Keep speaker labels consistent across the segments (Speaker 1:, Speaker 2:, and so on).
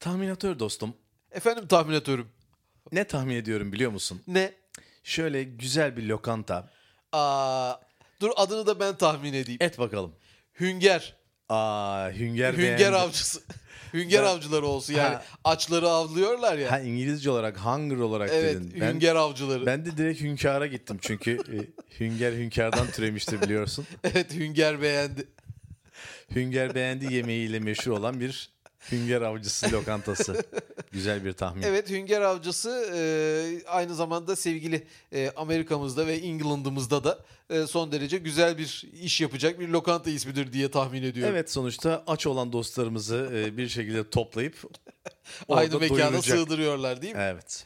Speaker 1: Tahminatör dostum.
Speaker 2: Efendim tahminatörüm.
Speaker 1: Ne tahmin ediyorum biliyor musun?
Speaker 2: Ne?
Speaker 1: Şöyle güzel bir lokanta.
Speaker 2: Aa, dur adını da ben tahmin edeyim.
Speaker 1: Et bakalım.
Speaker 2: Hünger.
Speaker 1: Aa Hünger
Speaker 2: Hünger
Speaker 1: beğendi.
Speaker 2: avcısı. Hünger
Speaker 1: Ben-
Speaker 2: avcıları olsun yani.
Speaker 1: Ha.
Speaker 2: Açları avlıyorlar ya.
Speaker 1: Ha İngilizce olarak hunger olarak
Speaker 2: evet,
Speaker 1: dedin. Ben,
Speaker 2: hünger avcıları.
Speaker 1: ben de direkt hünkara gittim çünkü e, hünger hünkardan türemiştir biliyorsun.
Speaker 2: Evet, hünger beğendi.
Speaker 1: Hünger beğendi yemeğiyle meşhur olan bir hünger avcısı lokantası. Güzel bir tahmin.
Speaker 2: Evet, hünger avcısı e, aynı zamanda sevgili e, Amerika'mızda ve England'ımızda da e, son derece güzel bir iş yapacak bir lokanta ismidir diye tahmin ediyorum.
Speaker 1: Evet sonuçta aç olan dostlarımızı e, bir şekilde toplayıp
Speaker 2: aynı
Speaker 1: orada
Speaker 2: mekana
Speaker 1: doyuracak.
Speaker 2: sığdırıyorlar değil mi?
Speaker 1: Evet.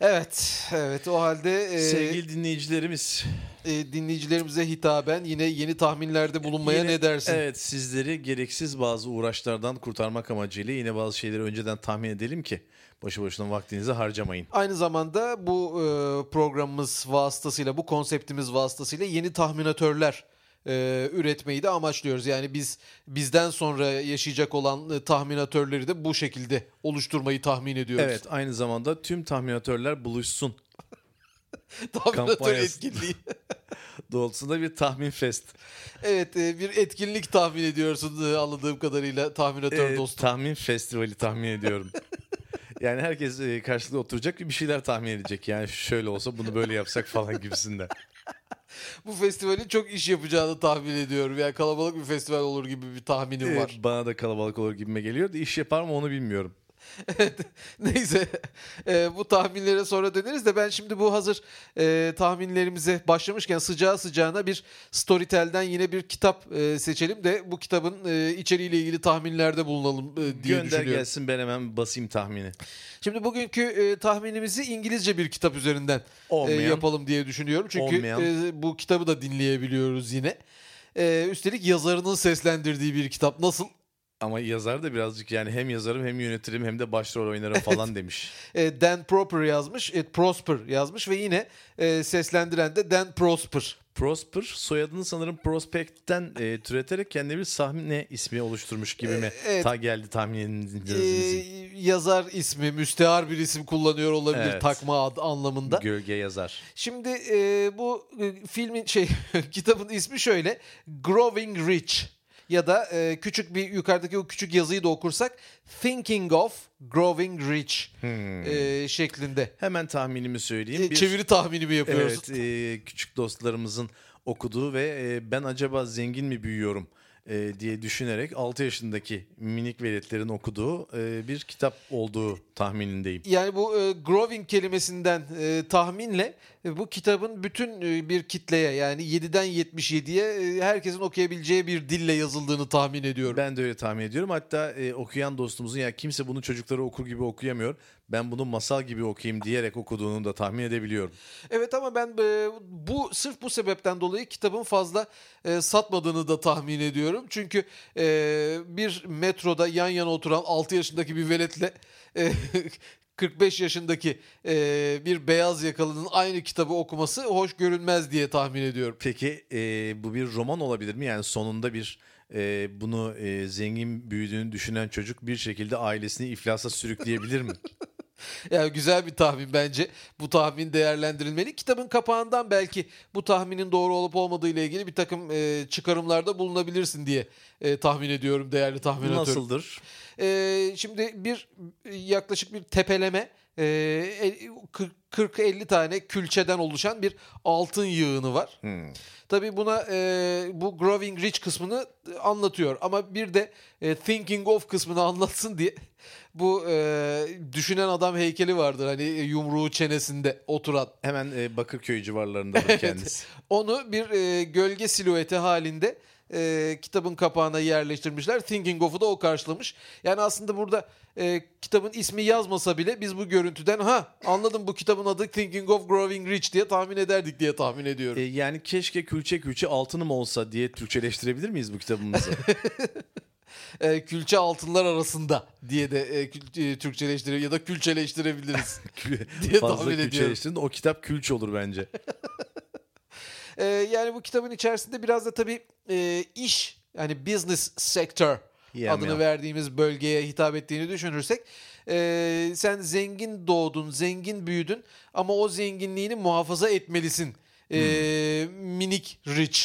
Speaker 2: Evet, evet. O halde e,
Speaker 1: Sevgili dinleyicilerimiz
Speaker 2: e, dinleyicilerimize hitaben yine yeni tahminlerde bulunmaya
Speaker 1: Yine-
Speaker 2: ne dersin?
Speaker 1: Evet sizleri gereksiz bazı uğraşlardan kurtarmak amacıyla yine bazı şeyleri önceden tahmin edelim ki boşu boşuna vaktinizi harcamayın.
Speaker 2: Aynı zamanda bu e, programımız vasıtasıyla, bu konseptimiz vasıtasıyla yeni tahminatörler e, üretmeyi de amaçlıyoruz. Yani biz bizden sonra yaşayacak olan e, tahminatörleri de bu şekilde oluşturmayı tahmin ediyoruz.
Speaker 1: Evet aynı zamanda tüm tahminatörler buluşsun.
Speaker 2: tahminatör
Speaker 1: kampanyası.
Speaker 2: etkinliği.
Speaker 1: Doğrultusunda bir tahmin fest.
Speaker 2: evet, e, bir etkinlik tahmin ediyorsun e, anladığım kadarıyla tahminatör
Speaker 1: Ee,
Speaker 2: dostum.
Speaker 1: tahmin festivali tahmin ediyorum. yani herkes e, karşılıklı oturacak ve bir şeyler tahmin edecek. Yani şöyle olsa bunu böyle yapsak falan gibisinden.
Speaker 2: Bu festivalin çok iş yapacağını tahmin ediyorum. Yani kalabalık bir festival olur gibi bir tahminim var.
Speaker 1: Ee, bana da kalabalık olur gibime geliyor da iş yapar mı onu bilmiyorum.
Speaker 2: Neyse e, bu tahminlere sonra döneriz de ben şimdi bu hazır e, tahminlerimize başlamışken sıcağı sıcağına bir Storytel'den yine bir kitap e, seçelim de bu kitabın e, içeriğiyle ilgili tahminlerde bulunalım e, diye
Speaker 1: Gönder
Speaker 2: düşünüyorum. Ee,
Speaker 1: gelsin ben hemen basayım tahmini.
Speaker 2: Şimdi bugünkü e, tahminimizi İngilizce bir kitap üzerinden e,
Speaker 1: Olmayan.
Speaker 2: yapalım diye düşünüyorum. Çünkü
Speaker 1: Olmayan.
Speaker 2: e, bu kitabı da dinleyebiliyoruz yine. E, üstelik yazarının seslendirdiği bir kitap nasıl?
Speaker 1: Ama yazar da birazcık yani hem yazarım hem yönetirim hem de başrol oynarım falan demiş.
Speaker 2: E, Dan Proper yazmış, e, Prosper yazmış ve yine e, seslendiren de Dan Prosper.
Speaker 1: Prosper soyadını sanırım Prospect'ten e, türeterek kendine bir sahne ismi oluşturmuş gibi mi?
Speaker 2: E, evet.
Speaker 1: Ta geldi tahmin
Speaker 2: Ee, yazar ismi, müstehar bir isim kullanıyor olabilir
Speaker 1: Evet.
Speaker 2: takma ad anlamında.
Speaker 1: Gölge yazar.
Speaker 2: Şimdi e, bu e, filmin şey kitabın ismi şöyle Growing Rich ya da e, küçük bir yukarıdaki o küçük yazıyı da okursak Thinking of Growing Rich e, şeklinde.
Speaker 1: Hmm. Hemen tahminimi söyleyeyim.
Speaker 2: E, Çeviri tahminimi yapıyoruz.
Speaker 1: Evet, e, küçük dostlarımızın okuduğu ve e, ben acaba zengin mi büyüyorum e, diye düşünerek 6 yaşındaki minik veletlerin okuduğu e, bir kitap olduğu tahminindeyim.
Speaker 2: Yani bu e, growing kelimesinden e, tahminle e, bu kitabın bütün e, bir kitleye yani 7'den 77'ye e, herkesin okuyabileceği bir dille yazıldığını tahmin ediyorum.
Speaker 1: Ben de öyle tahmin ediyorum. Hatta e, okuyan dostumuzun ya kimse bunu çocukları okur gibi okuyamıyor. Ben bunu masal gibi okuyayım diyerek okuduğunu da tahmin edebiliyorum.
Speaker 2: Evet ama ben e, bu sırf bu sebepten dolayı kitabın fazla e, satmadığını da tahmin ediyorum. Çünkü e, bir metroda yan yana oturan 6 yaşındaki bir veletle e, 45 yaşındaki e, bir beyaz yakalının aynı kitabı okuması hoş görünmez diye tahmin ediyorum.
Speaker 1: Peki e, bu bir roman olabilir mi? Yani sonunda bir e, bunu e, zengin büyüdüğünü düşünen çocuk bir şekilde ailesini iflasa sürükleyebilir mi?
Speaker 2: Yani güzel bir tahmin bence. Bu tahmin değerlendirilmeli. Kitabın kapağından belki bu tahminin doğru olup olmadığı ile ilgili bir takım e, çıkarımlarda bulunabilirsin diye e, tahmin ediyorum değerli
Speaker 1: Bu
Speaker 2: tahminatör.
Speaker 1: nasıldır?
Speaker 2: E, şimdi bir e, yaklaşık bir tepeleme e, el- 40-50 tane külçeden oluşan bir altın yığını var.
Speaker 1: Hmm.
Speaker 2: Tabii buna e, bu Growing Rich kısmını anlatıyor ama bir de e, Thinking of kısmını anlatsın diye bu e, düşünen adam heykeli vardır hani yumruğu çenesinde oturan.
Speaker 1: Hemen e, Bakırköy civarlarındadır kendisi.
Speaker 2: Onu bir e, gölge silüeti halinde e, kitabın kapağına yerleştirmişler. Thinking of'u da o karşılamış. Yani aslında burada e, kitabın ismi yazmasa bile biz bu görüntüden ha anladım bu kitabın adı Thinking of Growing Rich diye tahmin ederdik diye tahmin ediyorum.
Speaker 1: E, yani keşke külçe külçe altınım olsa diye Türkçeleştirebilir miyiz bu kitabımızı?
Speaker 2: e, külçe altınlar arasında diye de e, kül- e, Türkçeleştirebiliriz ya da külçeleştirebiliriz. Diye tahmin
Speaker 1: Fazla
Speaker 2: ediyorum.
Speaker 1: külçeleştirin o kitap külç olur bence.
Speaker 2: E, yani bu kitabın içerisinde biraz da tabii e, iş yani business sektör
Speaker 1: Yem
Speaker 2: adını
Speaker 1: yem.
Speaker 2: verdiğimiz bölgeye hitap ettiğini düşünürsek e, sen zengin doğdun, zengin büyüdün ama o zenginliğini muhafaza etmelisin. E,
Speaker 1: Hmm.
Speaker 2: Minik rich.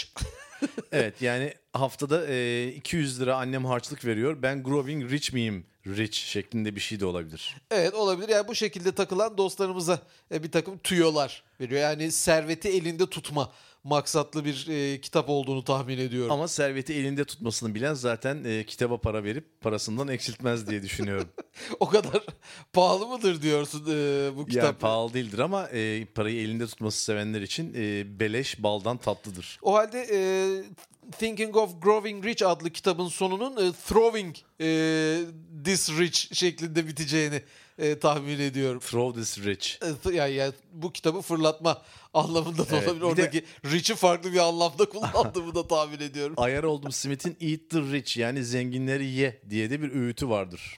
Speaker 1: Evet yani haftada e, 200 lira annem harçlık veriyor. Ben growing rich miyim? Rich şeklinde bir şey de olabilir.
Speaker 2: Evet olabilir. Yani bu şekilde takılan dostlarımıza e, bir takım tüyolar veriyor. Yani serveti elinde tutma maksatlı bir e, kitap olduğunu tahmin ediyorum.
Speaker 1: Ama serveti elinde tutmasını bilen zaten e, kitaba para verip parasından eksiltmez diye düşünüyorum.
Speaker 2: O kadar pahalı mıdır diyorsun e, bu kitap?
Speaker 1: yani pahalı değildir ama e, parayı elinde tutması sevenler için e, beleş baldan tatlıdır.
Speaker 2: O halde e, Thinking of Growing Rich adlı kitabın sonunun e, Throwing e, This Rich şeklinde biteceğini e, tahmin ediyorum.
Speaker 1: Throw this rich.
Speaker 2: E, th- Yani, yani bu kitabı fırlatma anlamında da
Speaker 1: Evet,
Speaker 2: olabilir.
Speaker 1: bir de-
Speaker 2: Oradaki Rich'i farklı bir anlamda kullandığımı da tahmin ediyorum.
Speaker 1: Ayar oldum Smith'in Eat the Rich yani zenginleri ye diye de bir öğütü vardır.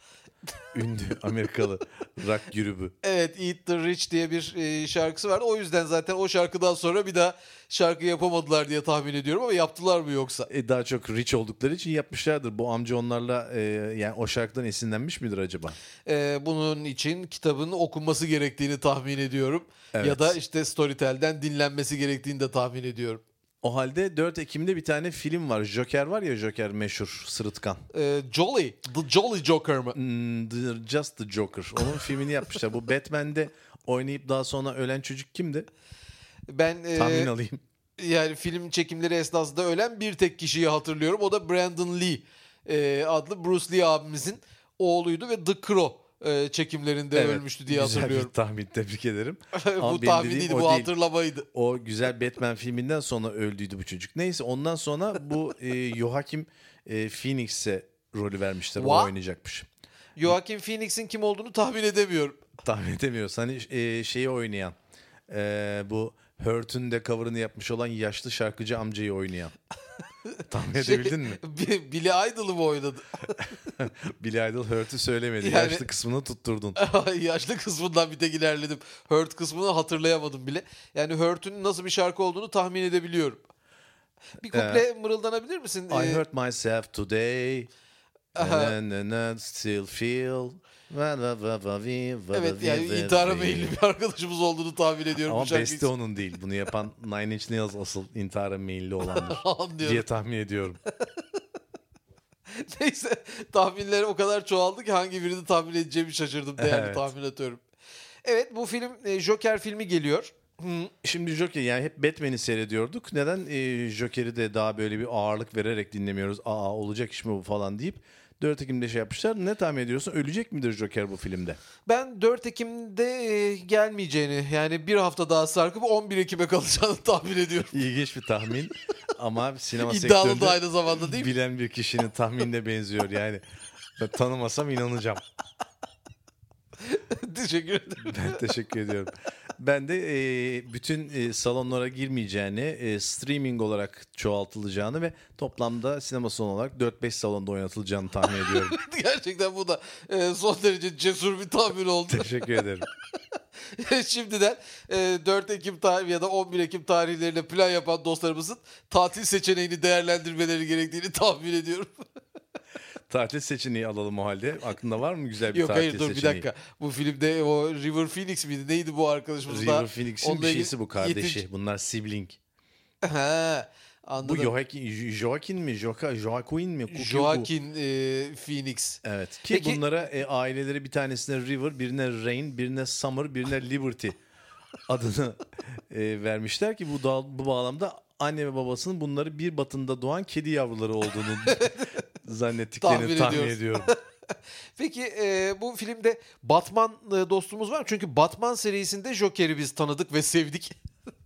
Speaker 1: Ünlü Amerikalı rock grubu.
Speaker 2: Evet Eat the Rich diye bir e, şarkısı vardı. O yüzden zaten o şarkıdan sonra bir daha şarkı yapamadılar diye tahmin ediyorum ama yaptılar mı yoksa?
Speaker 1: E, daha çok rich oldukları için yapmışlardır. Bu amca onlarla e, yani o şarkıdan esinlenmiş midir acaba?
Speaker 2: E, bunun için kitabın okunması gerektiğini tahmin ediyorum.
Speaker 1: Evet.
Speaker 2: Ya da işte Storytel'den dinlenmesi gerektiğini de tahmin ediyorum.
Speaker 1: O halde 4 Ekim'de bir tane film var. Joker var ya Joker meşhur sırıtkan.
Speaker 2: E, Jolly, The Jolly Joker mı?
Speaker 1: Hmm, The- Just the Joker. Onun filmini yapmışlar. Bu Batman'de oynayıp daha sonra ölen çocuk kimdi?
Speaker 2: Ben e,
Speaker 1: Tahmin alayım.
Speaker 2: yani film çekimleri esnasında ölen bir tek kişiyi hatırlıyorum. O da Brandon Lee e, adlı Bruce Lee abimizin oğluydu ve The Crow e, çekimlerinde
Speaker 1: Evet,
Speaker 2: ölmüştü diye
Speaker 1: güzel bir
Speaker 2: hatırlıyorum.
Speaker 1: tahmin tebrik ederim. Ama
Speaker 2: bu
Speaker 1: benim
Speaker 2: tahmin
Speaker 1: dediğim
Speaker 2: değil,
Speaker 1: o
Speaker 2: bu
Speaker 1: değil.
Speaker 2: hatırlamaydı.
Speaker 1: O güzel Batman filminden sonra öldüydü bu çocuk. Neyse ondan sonra bu e, Joaquin e, Phoenix'e rolü vermişler. O
Speaker 2: What?
Speaker 1: oynayacakmış.
Speaker 2: Joaquin Phoenix'in kim olduğunu tahmin edemiyorum.
Speaker 1: Tahmin edemiyorsun. Hani e, şeyi oynayan. e, bu Hurt'ün de cover'ını yapmış olan yaşlı şarkıcı amcayı oynayan. Tahmin
Speaker 2: Şey-
Speaker 1: edebildin mi?
Speaker 2: Bi- Billy Idol'ı mı oynadı?
Speaker 1: Billy Idol Hurt'ü söylemedi.
Speaker 2: Yani-
Speaker 1: Yaşlı kısmını tutturdun.
Speaker 2: Yaşlı kısmından bir tek ilerledim. Hurt kısmını hatırlayamadım bile. Yani Hurt'ün nasıl bir şarkı olduğunu tahmin edebiliyorum. Bir kuple mırıldanabilir misin?
Speaker 1: I
Speaker 2: Ee,
Speaker 1: hurt myself today. And I still feel.
Speaker 2: Evet yani intihara meyilli bir arkadaşımız olduğunu tahmin ediyorum.
Speaker 1: Ama
Speaker 2: bu şarkı
Speaker 1: beste onun değil. Bunu yapan Nine Inch Nails asıl intihara meyilli olandır
Speaker 2: Anlıyorum.
Speaker 1: diye tahmin ediyorum.
Speaker 2: Neyse tahminler o kadar çoğaldı ki hangi birini tahmin edeceğimi şaşırdım değerli
Speaker 1: Evet.
Speaker 2: tahmin atıyorum. Evet bu film e, Joker filmi geliyor. Hı.
Speaker 1: Şimdi Joker yani hep Batman'i seyrediyorduk. Neden e, Joker'i de daha böyle bir ağırlık vererek dinlemiyoruz? Aa olacak iş mi bu falan deyip 4 Ekim'de şey yapmışlar. Ne tahmin ediyorsun? Ölecek midir Joker bu filmde?
Speaker 2: Ben 4 Ekim'de e, gelmeyeceğini yani bir hafta daha sarkıp 11 Ekim'e kalacağını tahmin ediyorum.
Speaker 1: İlginç bir tahmin ama sinema
Speaker 2: İddialı da
Speaker 1: sektöründe
Speaker 2: aynı zamanda değil mi?
Speaker 1: bilen bir kişinin tahminine benziyor yani. Ben tanımasam inanacağım.
Speaker 2: Teşekkür ederim.
Speaker 1: Ben teşekkür ediyorum. Ben de e, bütün e, salonlara girmeyeceğini, e, streaming olarak çoğaltılacağını ve toplamda sinema salonu olarak 4-5 salonda oynatılacağını tahmin ediyorum.
Speaker 2: Gerçekten bu da e, son derece cesur bir tahmin oldu.
Speaker 1: teşekkür ederim.
Speaker 2: Şimdiden e, 4 Ekim tarihi ya da 11 Ekim tarihlerine plan yapan dostlarımızın tatil seçeneğini değerlendirmeleri gerektiğini tahmin ediyorum.
Speaker 1: Tatil seçeneği alalım o halde. Aklında var mı güzel E, bir
Speaker 2: Yok
Speaker 1: tatil
Speaker 2: hayır dur bir
Speaker 1: seçeneği?
Speaker 2: dakika. Bu filmde o River Phoenix miydi? Neydi bu arkadaşımız daha?
Speaker 1: River Phoenix'in
Speaker 2: Onunla
Speaker 1: bir
Speaker 2: ilgili
Speaker 1: şeysi bu kardeşi.
Speaker 2: yetinci-
Speaker 1: Bunlar sibling.
Speaker 2: He,
Speaker 1: Bu
Speaker 2: anladım.
Speaker 1: Joaquin, Joaquin mi? Joaquin, Joaquin mi? Kuku-
Speaker 2: Joaquin e, Phoenix.
Speaker 1: Evet. Ki
Speaker 2: Peki-
Speaker 1: bunlara e, aileleri bir tanesine River, birine Rain, birine Summer, birine Liberty adını e, vermişler ki bu da, bu bağlamda anne ve babasının bunları bir batında doğan kedi yavruları olduğunu zannettiklerini
Speaker 2: Tahmin
Speaker 1: tahmin,
Speaker 2: ediyoruz.
Speaker 1: ediyorum.
Speaker 2: Peki e, bu filmde Batman e, dostumuz var mı? Çünkü Batman serisinde Joker'i biz tanıdık ve sevdik.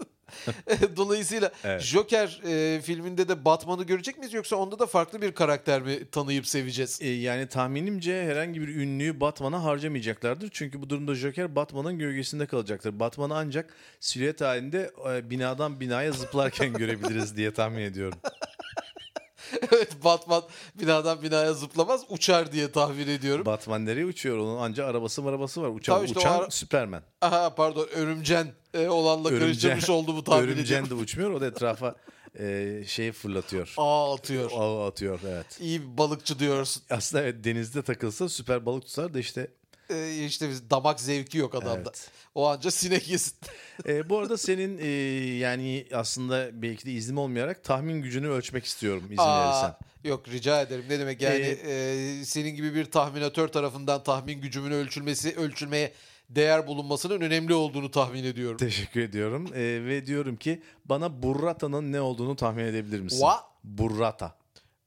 Speaker 2: E, Dolayısıyla
Speaker 1: Evet.
Speaker 2: Joker e, filminde de Batman'ı görecek miyiz yoksa onda da farklı bir karakter mi tanıyıp seveceğiz?
Speaker 1: E, yani tahminimce herhangi bir ünlüyü Batman'a harcamayacaklardır. Çünkü bu durumda Joker Batman'ın gölgesinde kalacaktır. Batman'ı ancak silüet halinde e, binadan binaya zıplarken görebiliriz diye tahmin ediyorum.
Speaker 2: evet Batman binadan binaya zıplamaz uçar diye tahmin ediyorum.
Speaker 1: Batman nereye uçuyor? Onun ancak arabası marabası var. Uçan,
Speaker 2: Tabii işte o
Speaker 1: uçan
Speaker 2: ara-
Speaker 1: Superman.
Speaker 2: Aha pardon örümcen e, olanla
Speaker 1: Örümcen-
Speaker 2: karıştırmış oldu bu tahmin
Speaker 1: Örümcen
Speaker 2: ediyorum.
Speaker 1: de uçmuyor. O da etrafa e, şeyi fırlatıyor.
Speaker 2: Ağ atıyor.
Speaker 1: Ağı atıyor evet.
Speaker 2: İyi bir balıkçı diyorsun.
Speaker 1: Aslında evet denizde takılsa süper balık tutar da işte
Speaker 2: Ee, işte biz damak zevki yok adamda.
Speaker 1: Evet.
Speaker 2: O anca sinek yesin.
Speaker 1: E, bu arada senin e, yani aslında belki de iznim olmayarak tahmin gücünü ölçmek istiyorum izin
Speaker 2: Aa,
Speaker 1: verirsen. Ee,
Speaker 2: Yok rica ederim. Ne demek yani e, senin gibi bir tahminatör tarafından tahmin gücümün ölçülmesi, ölçülmeye değer bulunmasının önemli olduğunu tahmin ediyorum.
Speaker 1: Teşekkür ediyorum E, ve diyorum ki bana burrata'nın ne olduğunu tahmin edebilir misin?
Speaker 2: Wa-
Speaker 1: Burrata.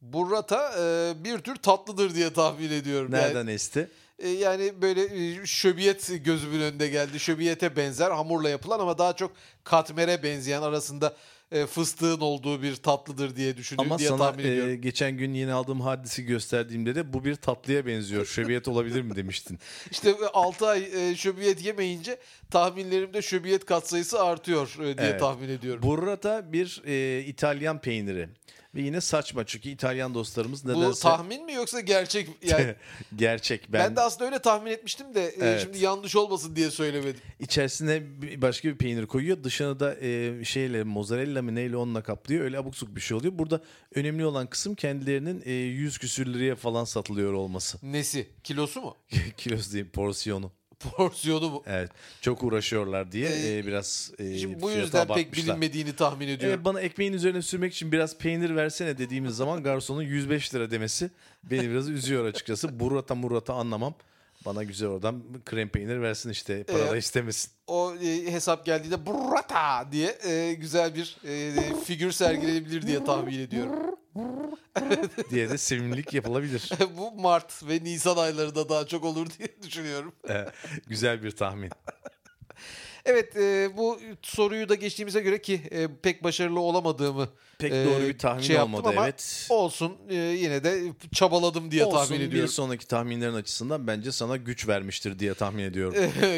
Speaker 2: Burrata e, bir tür tatlıdır diye tahmin ediyorum. Yani-
Speaker 1: Nereden esti?
Speaker 2: E, Yani böyle e, şöbiyet gözümün önünde geldi. Şöbiyete benzer hamurla yapılan ama daha çok katmere benzeyen arasında e, fıstığın olduğu bir tatlıdır diye düşünüyorum
Speaker 1: Ama
Speaker 2: diye
Speaker 1: sana
Speaker 2: tahmin
Speaker 1: e,
Speaker 2: ediyorum.
Speaker 1: geçen gün yeni aldığım hadisi gösterdiğimde de bu bir tatlıya benziyor. Şöbiyet olabilir mi demiştin.
Speaker 2: İşte 6 ay e, şöbiyet yemeyince tahminlerimde şöbiyet katsayısı artıyor e, diye
Speaker 1: Evet.
Speaker 2: tahmin ediyorum.
Speaker 1: Burrata bir e, İtalyan peyniri. Ve yine saçma çünkü İtalyan dostlarımız
Speaker 2: Bu,
Speaker 1: nedense
Speaker 2: tahmin mi yoksa gerçek yani ben,
Speaker 1: gerçek. Ben,
Speaker 2: de aslında öyle tahmin etmiştim de e,
Speaker 1: Evet.
Speaker 2: şimdi yanlış olmasın diye söylemedim.
Speaker 1: İçerisine bir- başka bir peynir koyuyor. Dışını da e, şeyle mozzarella mı neyle onunla kaplıyor. Öyle abuk subuk bir şey oluyor. Burada önemli olan kısım kendilerinin e, 100 küsür liraya falan satılıyor olması.
Speaker 2: Nesi? Kilosu mu?
Speaker 1: Kilosu değil porsiyonu.
Speaker 2: Porsiyonu mu?
Speaker 1: Evet. Çok uğraşıyorlar diye
Speaker 2: Ee,
Speaker 1: e, biraz e,
Speaker 2: Şimdi bu
Speaker 1: fiyata E,
Speaker 2: yüzden pek
Speaker 1: abartmışlar.
Speaker 2: bilinmediğini tahmin ediyorum.
Speaker 1: Evet, bana ekmeğin üzerine sürmek için biraz peynir versene dediğimiz zaman garsonun 105 lira demesi beni biraz üzüyor açıkçası. Burrata murata anlamam. Bana güzel oradan krem peynir versin işte para
Speaker 2: E,
Speaker 1: da istemesin.
Speaker 2: o e, hesap geldiğinde burrata diye e, güzel bir e, figür sergilenebilir diye tahmin ediyorum.
Speaker 1: diye de sevimlilik yapılabilir.
Speaker 2: Bu Mart ve Nisan aylarında daha çok olur diye düşünüyorum.
Speaker 1: Ee, güzel bir tahmin.
Speaker 2: Evet e, bu soruyu da geçtiğimize göre ki e, pek başarılı olamadığımı
Speaker 1: Pek
Speaker 2: e,
Speaker 1: doğru bir tahmin
Speaker 2: şey yaptım
Speaker 1: olmadı
Speaker 2: ama
Speaker 1: evet.
Speaker 2: olsun e, yine de çabaladım diye
Speaker 1: Olsun
Speaker 2: tahmin
Speaker 1: bir
Speaker 2: ediyorum.
Speaker 1: sonraki tahminlerin açısından bence sana güç vermiştir diye tahmin ediyorum.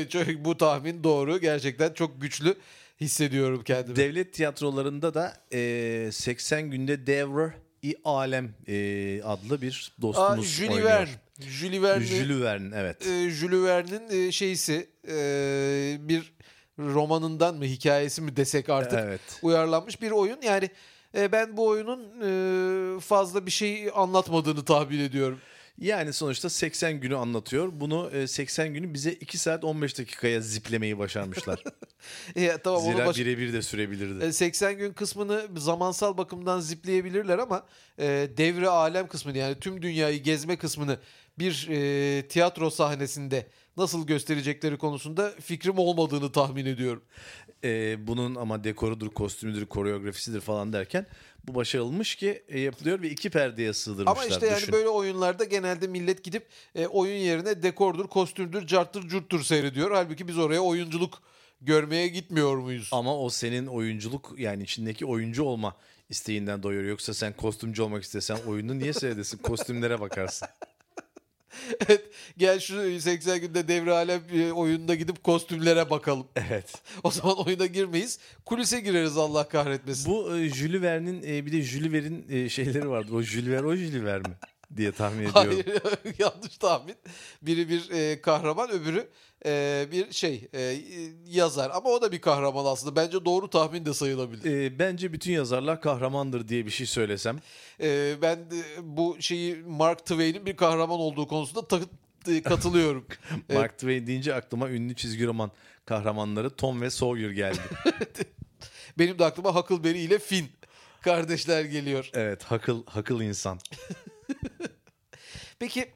Speaker 2: Çok- bu tahmin doğru. Gerçekten çok güçlü hissediyorum kendimi.
Speaker 1: Devlet tiyatrolarında da e, 80 günde Devre-i Alem e, adlı bir
Speaker 2: Aa,
Speaker 1: dostumuz
Speaker 2: Jules
Speaker 1: oynuyor.
Speaker 2: Verne. Jules Verne'i-
Speaker 1: Jules Verne evet.
Speaker 2: e, Jules Verne'in e, şeysi e, bir romanından mı hikayesi mi desek artık
Speaker 1: evet.
Speaker 2: uyarlanmış bir oyun. Yani e, ben bu oyunun e, fazla bir şey anlatmadığını tahmin ediyorum.
Speaker 1: Yani sonuçta 80 günü anlatıyor. Bunu e, 80 günü bize 2 saat 15 dakikaya ziplemeyi başarmışlar.
Speaker 2: E, tamam onu
Speaker 1: Zira
Speaker 2: baş-
Speaker 1: birebir de sürebilirdi.
Speaker 2: e, 80 gün kısmını zamansal bakımdan zipleyebilirler ama e, devre alem kısmını yani tüm dünyayı gezme kısmını bir e, tiyatro sahnesinde nasıl gösterecekleri konusunda fikrim olmadığını tahmin ediyorum.
Speaker 1: Ee, bunun ama dekorudur, kostümüdür, koreografisidir falan derken bu başarılmış ki e, yapılıyor ve iki perdeye sığdırmışlar.
Speaker 2: Ama işte yani
Speaker 1: düşün.
Speaker 2: böyle oyunlarda genelde millet gidip e, oyun yerine dekordur, kostümdür, carttır, curttur seyrediyor. Halbuki biz oraya oyunculuk görmeye gitmiyor muyuz?
Speaker 1: Ama o senin oyunculuk yani içindeki oyuncu olma isteğinden doyuyor. Yoksa sen kostümcü olmak istesen oyunu niye seyredesin? Kostümlere bakarsın.
Speaker 2: Gel şu 80 günde devre alem e, oyununa gidip kostümlere bakalım.
Speaker 1: Evet.
Speaker 2: O zaman oyuna girmeyiz. Kulise gireriz Allah kahretmesin.
Speaker 1: Bu e, Jules Verne'in e, bir de Jules Verne'in e, şeyleri vardı. O Jules Verne o Jules Verne mi? diye tahmin ediyorum.
Speaker 2: Hayır yanlış tahmin. Biri bir e, kahraman öbürü e, bir şey e, yazar. Ama o da bir kahraman aslında. Bence doğru tahmin de sayılabilir.
Speaker 1: E, bence bütün yazarlar kahramandır diye bir şey söylesem.
Speaker 2: Ee, ben de bu şeyi Mark Twain'in bir kahraman olduğu konusunda ta- e, katılıyorum. Evet.
Speaker 1: Mark Twain deyince aklıma ünlü çizgi roman kahramanları Tom ve Sawyer geldi.
Speaker 2: Benim de aklıma Huckleberry ile Finn kardeşler geliyor.
Speaker 1: Evet, hakıl hakıl insan.
Speaker 2: Peki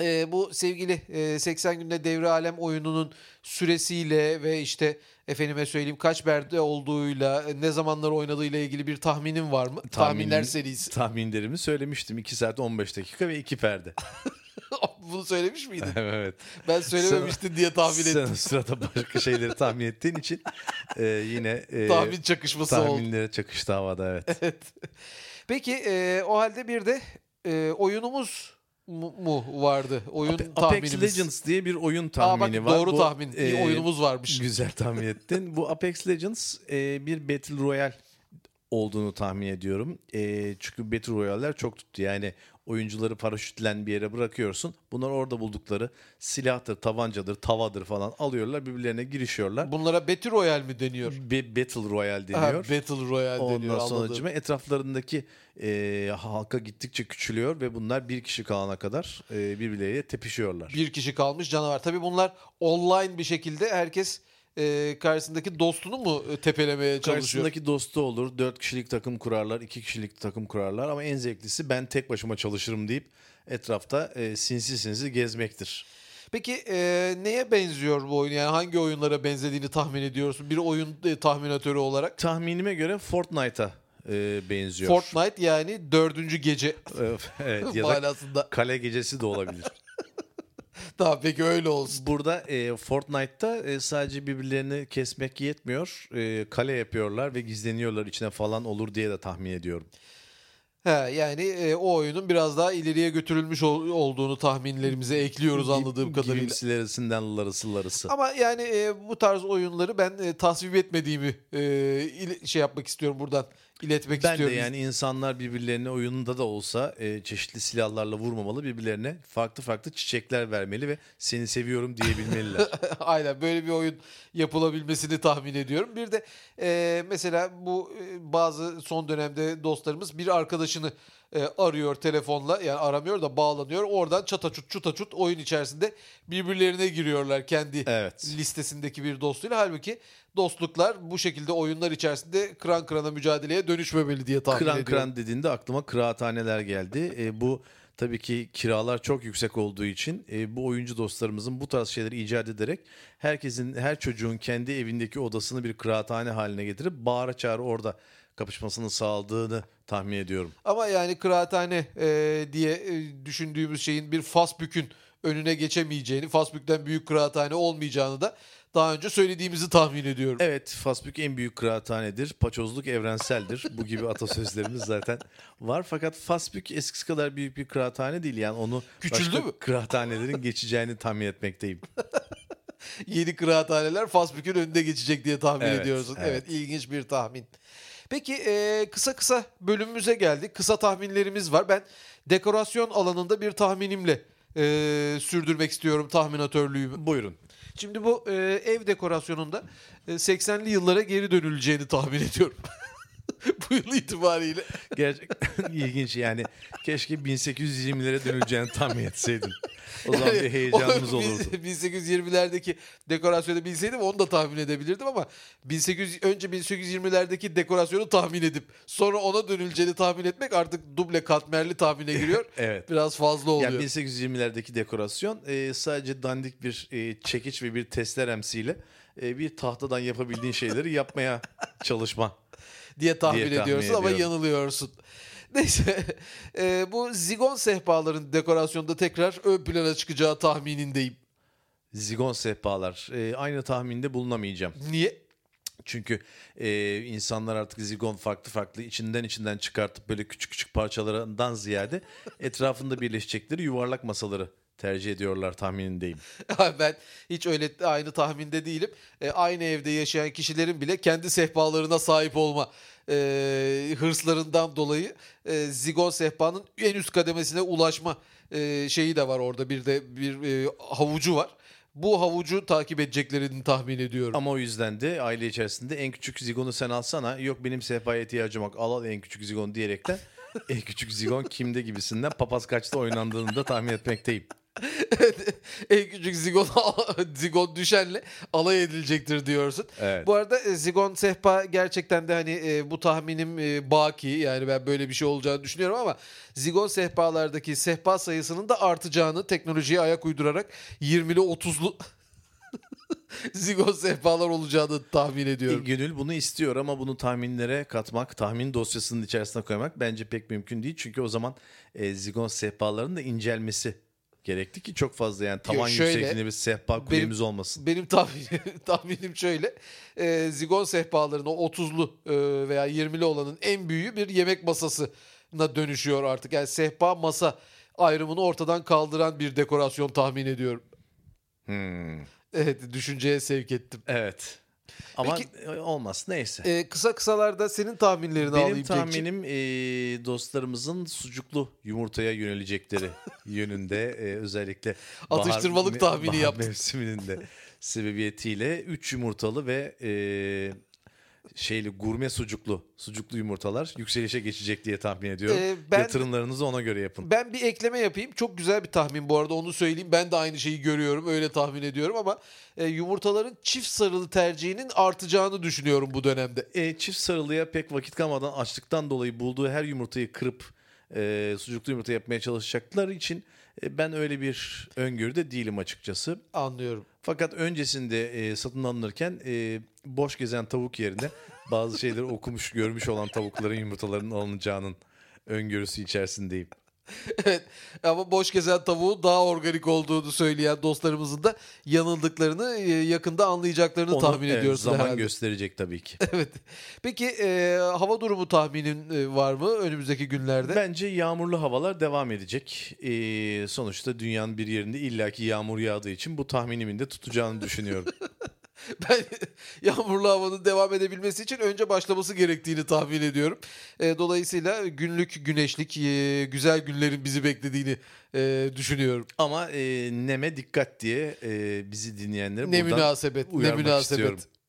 Speaker 2: e, bu sevgili e, 80 günde devre alem oyununun süresiyle ve işte efendime söyleyeyim kaç berde olduğuyla e, ne zamanları oynadığıyla ilgili bir tahminin var mı? Tahminler
Speaker 1: Tahminin-
Speaker 2: serisi.
Speaker 1: Tahminlerimi söylemiştim. 2 saat 15 dakika ve 2 perde.
Speaker 2: Bunu söylemiş miydin?
Speaker 1: evet.
Speaker 2: Ben söylememiştim diye tahmin
Speaker 1: Sen
Speaker 2: ettim.
Speaker 1: o sırada başka şeyleri tahmin ettiğin için e, yine e,
Speaker 2: Tahmin çakışması oldu.
Speaker 1: tahminlere çakıştı havada evet.
Speaker 2: Peki e, o halde bir de e, oyunumuz mu, mu vardı? Oyun tahminimiz.
Speaker 1: Apex Legends diye bir oyun
Speaker 2: Aa,
Speaker 1: tahmini
Speaker 2: bak,
Speaker 1: var.
Speaker 2: Doğru
Speaker 1: Bu,
Speaker 2: tahmin. Bir
Speaker 1: e,
Speaker 2: oyunumuz varmış.
Speaker 1: Güzel tahmin ettin. Bu Apex Legends e, bir Battle Royale olduğunu tahmin ediyorum. E, çünkü Battle Royale'ler çok tuttu. Yani oyuncuları paraşütlen bir yere bırakıyorsun. Bunlar orada buldukları silahtır, tabancadır, tavadır falan alıyorlar. Birbirlerine girişiyorlar.
Speaker 2: Bunlara Battle Royale mi deniyor?
Speaker 1: Bir Battle Royale
Speaker 2: Ha,
Speaker 1: deniyor.
Speaker 2: Battle Royale deniyor.
Speaker 1: Ondan
Speaker 2: anladım.
Speaker 1: sonucuma etraflarındaki e, halka gittikçe küçülüyor ve bunlar bir kişi kalana kadar e, birbirleriyle tepişiyorlar.
Speaker 2: Bir kişi kalmış canavar. Tabii bunlar online bir şekilde herkes e, karşısındaki dostunu mu e, tepelemeye çalışıyor?
Speaker 1: Karşısındaki dostu olur. 4 kişilik takım kurarlar, 2 kişilik takım kurarlar ama en zevklisi ben tek başıma çalışırım deyip etrafta e, sinsi sinsi gezmektir.
Speaker 2: Peki e, neye benziyor bu oyun? Yani hangi oyunlara benzediğini tahmin ediyorsun? Bir oyun e, tahminatörü olarak.
Speaker 1: Tahminime göre Fortnite'a e, benziyor. E,
Speaker 2: Fortnite yani dördüncü gece
Speaker 1: evet ya da
Speaker 2: manasında.
Speaker 1: kale gecesi de olabilir.
Speaker 2: Daha peki öyle olsun.
Speaker 1: Burada e, Fortnite'ta e, sadece birbirlerini kesmek yetmiyor. E, kale yapıyorlar ve gizleniyorlar içine falan olur diye de tahmin ediyorum.
Speaker 2: He, yani e, o oyunun biraz daha ileriye götürülmüş ol- olduğunu tahminlerimize ekliyoruz anladığım kadarıyla.
Speaker 1: Gimsilerisinden larısı larısı.
Speaker 2: Ama yani e, bu tarz oyunları ben e, tasvip etmediğimi e, ile- şey yapmak istiyorum buradan iletmek
Speaker 1: Ben
Speaker 2: istiyorum.
Speaker 1: de yani insanlar birbirlerine oyununda da olsa e, çeşitli silahlarla vurmamalı. Birbirlerine farklı farklı çiçekler vermeli ve seni seviyorum diyebilmeliler.
Speaker 2: Aynen böyle bir oyun yapılabilmesini tahmin ediyorum. Bir de e, mesela bu e, bazı son dönemde dostlarımız bir arkadaşını e, arıyor telefonla yani aramıyor da bağlanıyor. Oradan çata çut çuta çut oyun içerisinde birbirlerine giriyorlar kendi
Speaker 1: evet.
Speaker 2: listesindeki bir dostuyla. Halbuki dostluklar bu şekilde oyunlar içerisinde kıran kırana mücadeleye dönüşmemeli diye tahmin
Speaker 1: Kıran
Speaker 2: ediyorum.
Speaker 1: kıran dediğinde aklıma kıraathaneler geldi. E, bu tabii ki kiralar çok yüksek olduğu için e, bu oyuncu dostlarımızın bu tarz şeyleri icat ederek herkesin her çocuğun kendi evindeki odasını bir kıraathane haline getirip bağıra çağrı orada kapışmasını sağladığını tahmin ediyorum.
Speaker 2: Ama yani kıraathane e, diye e, düşündüğümüz şeyin bir Fasbük'ün önüne geçemeyeceğini, Fasbük'ten büyük kıraathane olmayacağını da daha önce söylediğimizi tahmin ediyorum.
Speaker 1: Evet, Fasbük en büyük kıraathanedir. Paçozluk evrenseldir. Bu gibi atasözlerimiz zaten var. Fakat Fasbük eskisi kadar büyük bir kıraathane değil. Yani onu
Speaker 2: Küçüldü
Speaker 1: başka
Speaker 2: mü?
Speaker 1: kıraathanelerin geçeceğini tahmin etmekteyim.
Speaker 2: Yeni kıraathaneler Fasbük'ün önüne geçecek diye tahmin
Speaker 1: Evet,
Speaker 2: ediyorsun. Evet.
Speaker 1: evet.
Speaker 2: ilginç bir tahmin. Peki e, kısa kısa bölümümüze geldik. Kısa tahminlerimiz var. Ben dekorasyon alanında bir tahminimle e, sürdürmek istiyorum tahminatörlüğümü.
Speaker 1: Buyurun.
Speaker 2: Şimdi bu e, ev dekorasyonunda e, 80'li yıllara geri dönüleceğini tahmin ediyorum. bu yıl itibariyle.
Speaker 1: Gerçekten ilginç yani. Keşke 1820'lere dönüleceğini tahmin etseydim. O zaman bir heyecanımız
Speaker 2: O bin-
Speaker 1: olurdu.
Speaker 2: 1820'lerdeki dekorasyonu bilseydim onu da tahmin edebilirdim ama 1800 önce 1820'lerdeki dekorasyonu tahmin edip sonra ona dönüleceğini tahmin etmek artık duble katmerli tahmine giriyor.
Speaker 1: Evet.
Speaker 2: Biraz fazla oluyor.
Speaker 1: Yani 1820'lerdeki dekorasyon e, sadece dandik bir e, çekiç ve bir testeremsiyle e, bir tahtadan yapabildiğin şeyleri yapmaya çalışma.
Speaker 2: diye tahmin
Speaker 1: diye tahmin
Speaker 2: ediyorsun ama
Speaker 1: ediyorum.
Speaker 2: yanılıyorsun. Neyse e, bu zigon sehpaların dekorasyonda tekrar ön plana çıkacağı tahminindeyim.
Speaker 1: Zigon sehpalar. E, aynı tahminde bulunamayacağım.
Speaker 2: Niye?
Speaker 1: Çünkü e, insanlar artık zigon farklı farklı içinden içinden çıkartıp böyle küçük küçük parçalarından ziyade etrafında birleşecekleri yuvarlak masaları tercih ediyorlar tahminindeyim.
Speaker 2: ben hiç öyle aynı tahminde değilim. E, aynı evde yaşayan kişilerin bile kendi sehpalarına sahip olma e, hırslarından dolayı e, zigon sehpanın en üst kademesine ulaşma e, şeyi de var orada. Bir de bir e, havucu var. Bu havucu takip edeceklerini tahmin ediyorum.
Speaker 1: Ama o yüzden de aile içerisinde en küçük zigonu sen alsana yok benim sehpaya ihtiyacım yok al al en küçük zigon diyerekten en küçük zigon kimde gibisinden papaz kaçta oynandığını da tahmin etmekteyim.
Speaker 2: en küçük zigon, zigon düşenle alay edilecektir diyorsun.
Speaker 1: Evet.
Speaker 2: Bu arada e, Zigon Sehpa gerçekten de hani e, bu tahminim e, baki yani ben böyle bir şey olacağını düşünüyorum ama Zigon Sehpalardaki sehpa sayısının da artacağını teknolojiye ayak uydurarak 20'li 30'lu Zigon Sehpalar olacağını tahmin ediyorum.
Speaker 1: Gönül bunu istiyor ama bunu tahminlere katmak, tahmin dosyasının içerisine koymak bence pek mümkün değil. Çünkü o zaman e, zigon sehpalarının da incelmesi gerekti ki çok fazla yani tavan
Speaker 2: şöyle,
Speaker 1: yüksekliğinde bir sehpa kulemiz olmasın.
Speaker 2: Benim tahminim, tahminim şöyle. E, zigon sehpaların o 30'lu e, veya 20'li olanın en büyüğü bir yemek masasına dönüşüyor artık. Yani sehpa masa ayrımını ortadan kaldıran bir dekorasyon tahmin ediyorum.
Speaker 1: Hmm,
Speaker 2: Evet düşünceye sevk ettim.
Speaker 1: Evet. Ama
Speaker 2: Peki-
Speaker 1: e, olmaz neyse.
Speaker 2: Ee, kısa kısalarda senin tahminlerini
Speaker 1: Benim
Speaker 2: alayım Cenk'ciğim.
Speaker 1: tahminim e, dostlarımızın sucuklu yumurtaya yönelecekleri yönünde e, özellikle bahar-
Speaker 2: Atıştırmalık
Speaker 1: me-
Speaker 2: tahmini
Speaker 1: bahar
Speaker 2: yaptın.
Speaker 1: mevsiminin de sebebiyetiyle 3 yumurtalı ve e, şeyli gurme sucuklu sucuklu yumurtalar yükselişe geçecek diye tahmin ediyorum.
Speaker 2: Ee, ben-
Speaker 1: Yatırımlarınızı ona göre yapın.
Speaker 2: Ben bir ekleme yapayım. Çok güzel bir tahmin bu arada onu söyleyeyim. Ben de aynı şeyi görüyorum öyle tahmin ediyorum ama e, yumurtaların çift sarılı tercihinin artacağını düşünüyorum bu dönemde.
Speaker 1: E, çift sarılıya pek vakit kalmadan açlıktan dolayı bulduğu her yumurtayı kırıp e, sucuklu yumurta yapmaya çalışacaklar için e, ben öyle bir öngörüde değilim açıkçası.
Speaker 2: Anlıyorum.
Speaker 1: Fakat öncesinde e, satın alınırken e, boş gezen tavuk yerine bazı şeyleri okumuş görmüş olan tavukların yumurtalarının alınacağının öngörüsü içerisindeyim.
Speaker 2: Evet. Ama boş gezen tavuğun daha organik olduğunu söyleyen dostlarımızın da yanıldıklarını e, yakında anlayacaklarını tahmin
Speaker 1: evet,
Speaker 2: ediyoruz
Speaker 1: e, Zaman
Speaker 2: herhalde.
Speaker 1: gösterecek tabii ki.
Speaker 2: evet. Peki e, hava durumu tahminin e, var mı önümüzdeki günlerde?
Speaker 1: Bence yağmurlu havalar devam edecek. E, sonuçta dünyanın bir yerinde illaki yağmur yağdığı için bu tahminimin de tutacağını düşünüyorum.
Speaker 2: Ben yağmurlu havanın devam edebilmesi için önce başlaması gerektiğini tahmin ediyorum. E, dolayısıyla günlük güneşlik e, güzel günlerin bizi beklediğini e, düşünüyorum.
Speaker 1: Ama e, neme dikkat diye e, bizi dinleyenlere
Speaker 2: Ne
Speaker 1: E, buradan
Speaker 2: münasebet, ne
Speaker 1: uyarmak
Speaker 2: münasebet.
Speaker 1: istiyorum.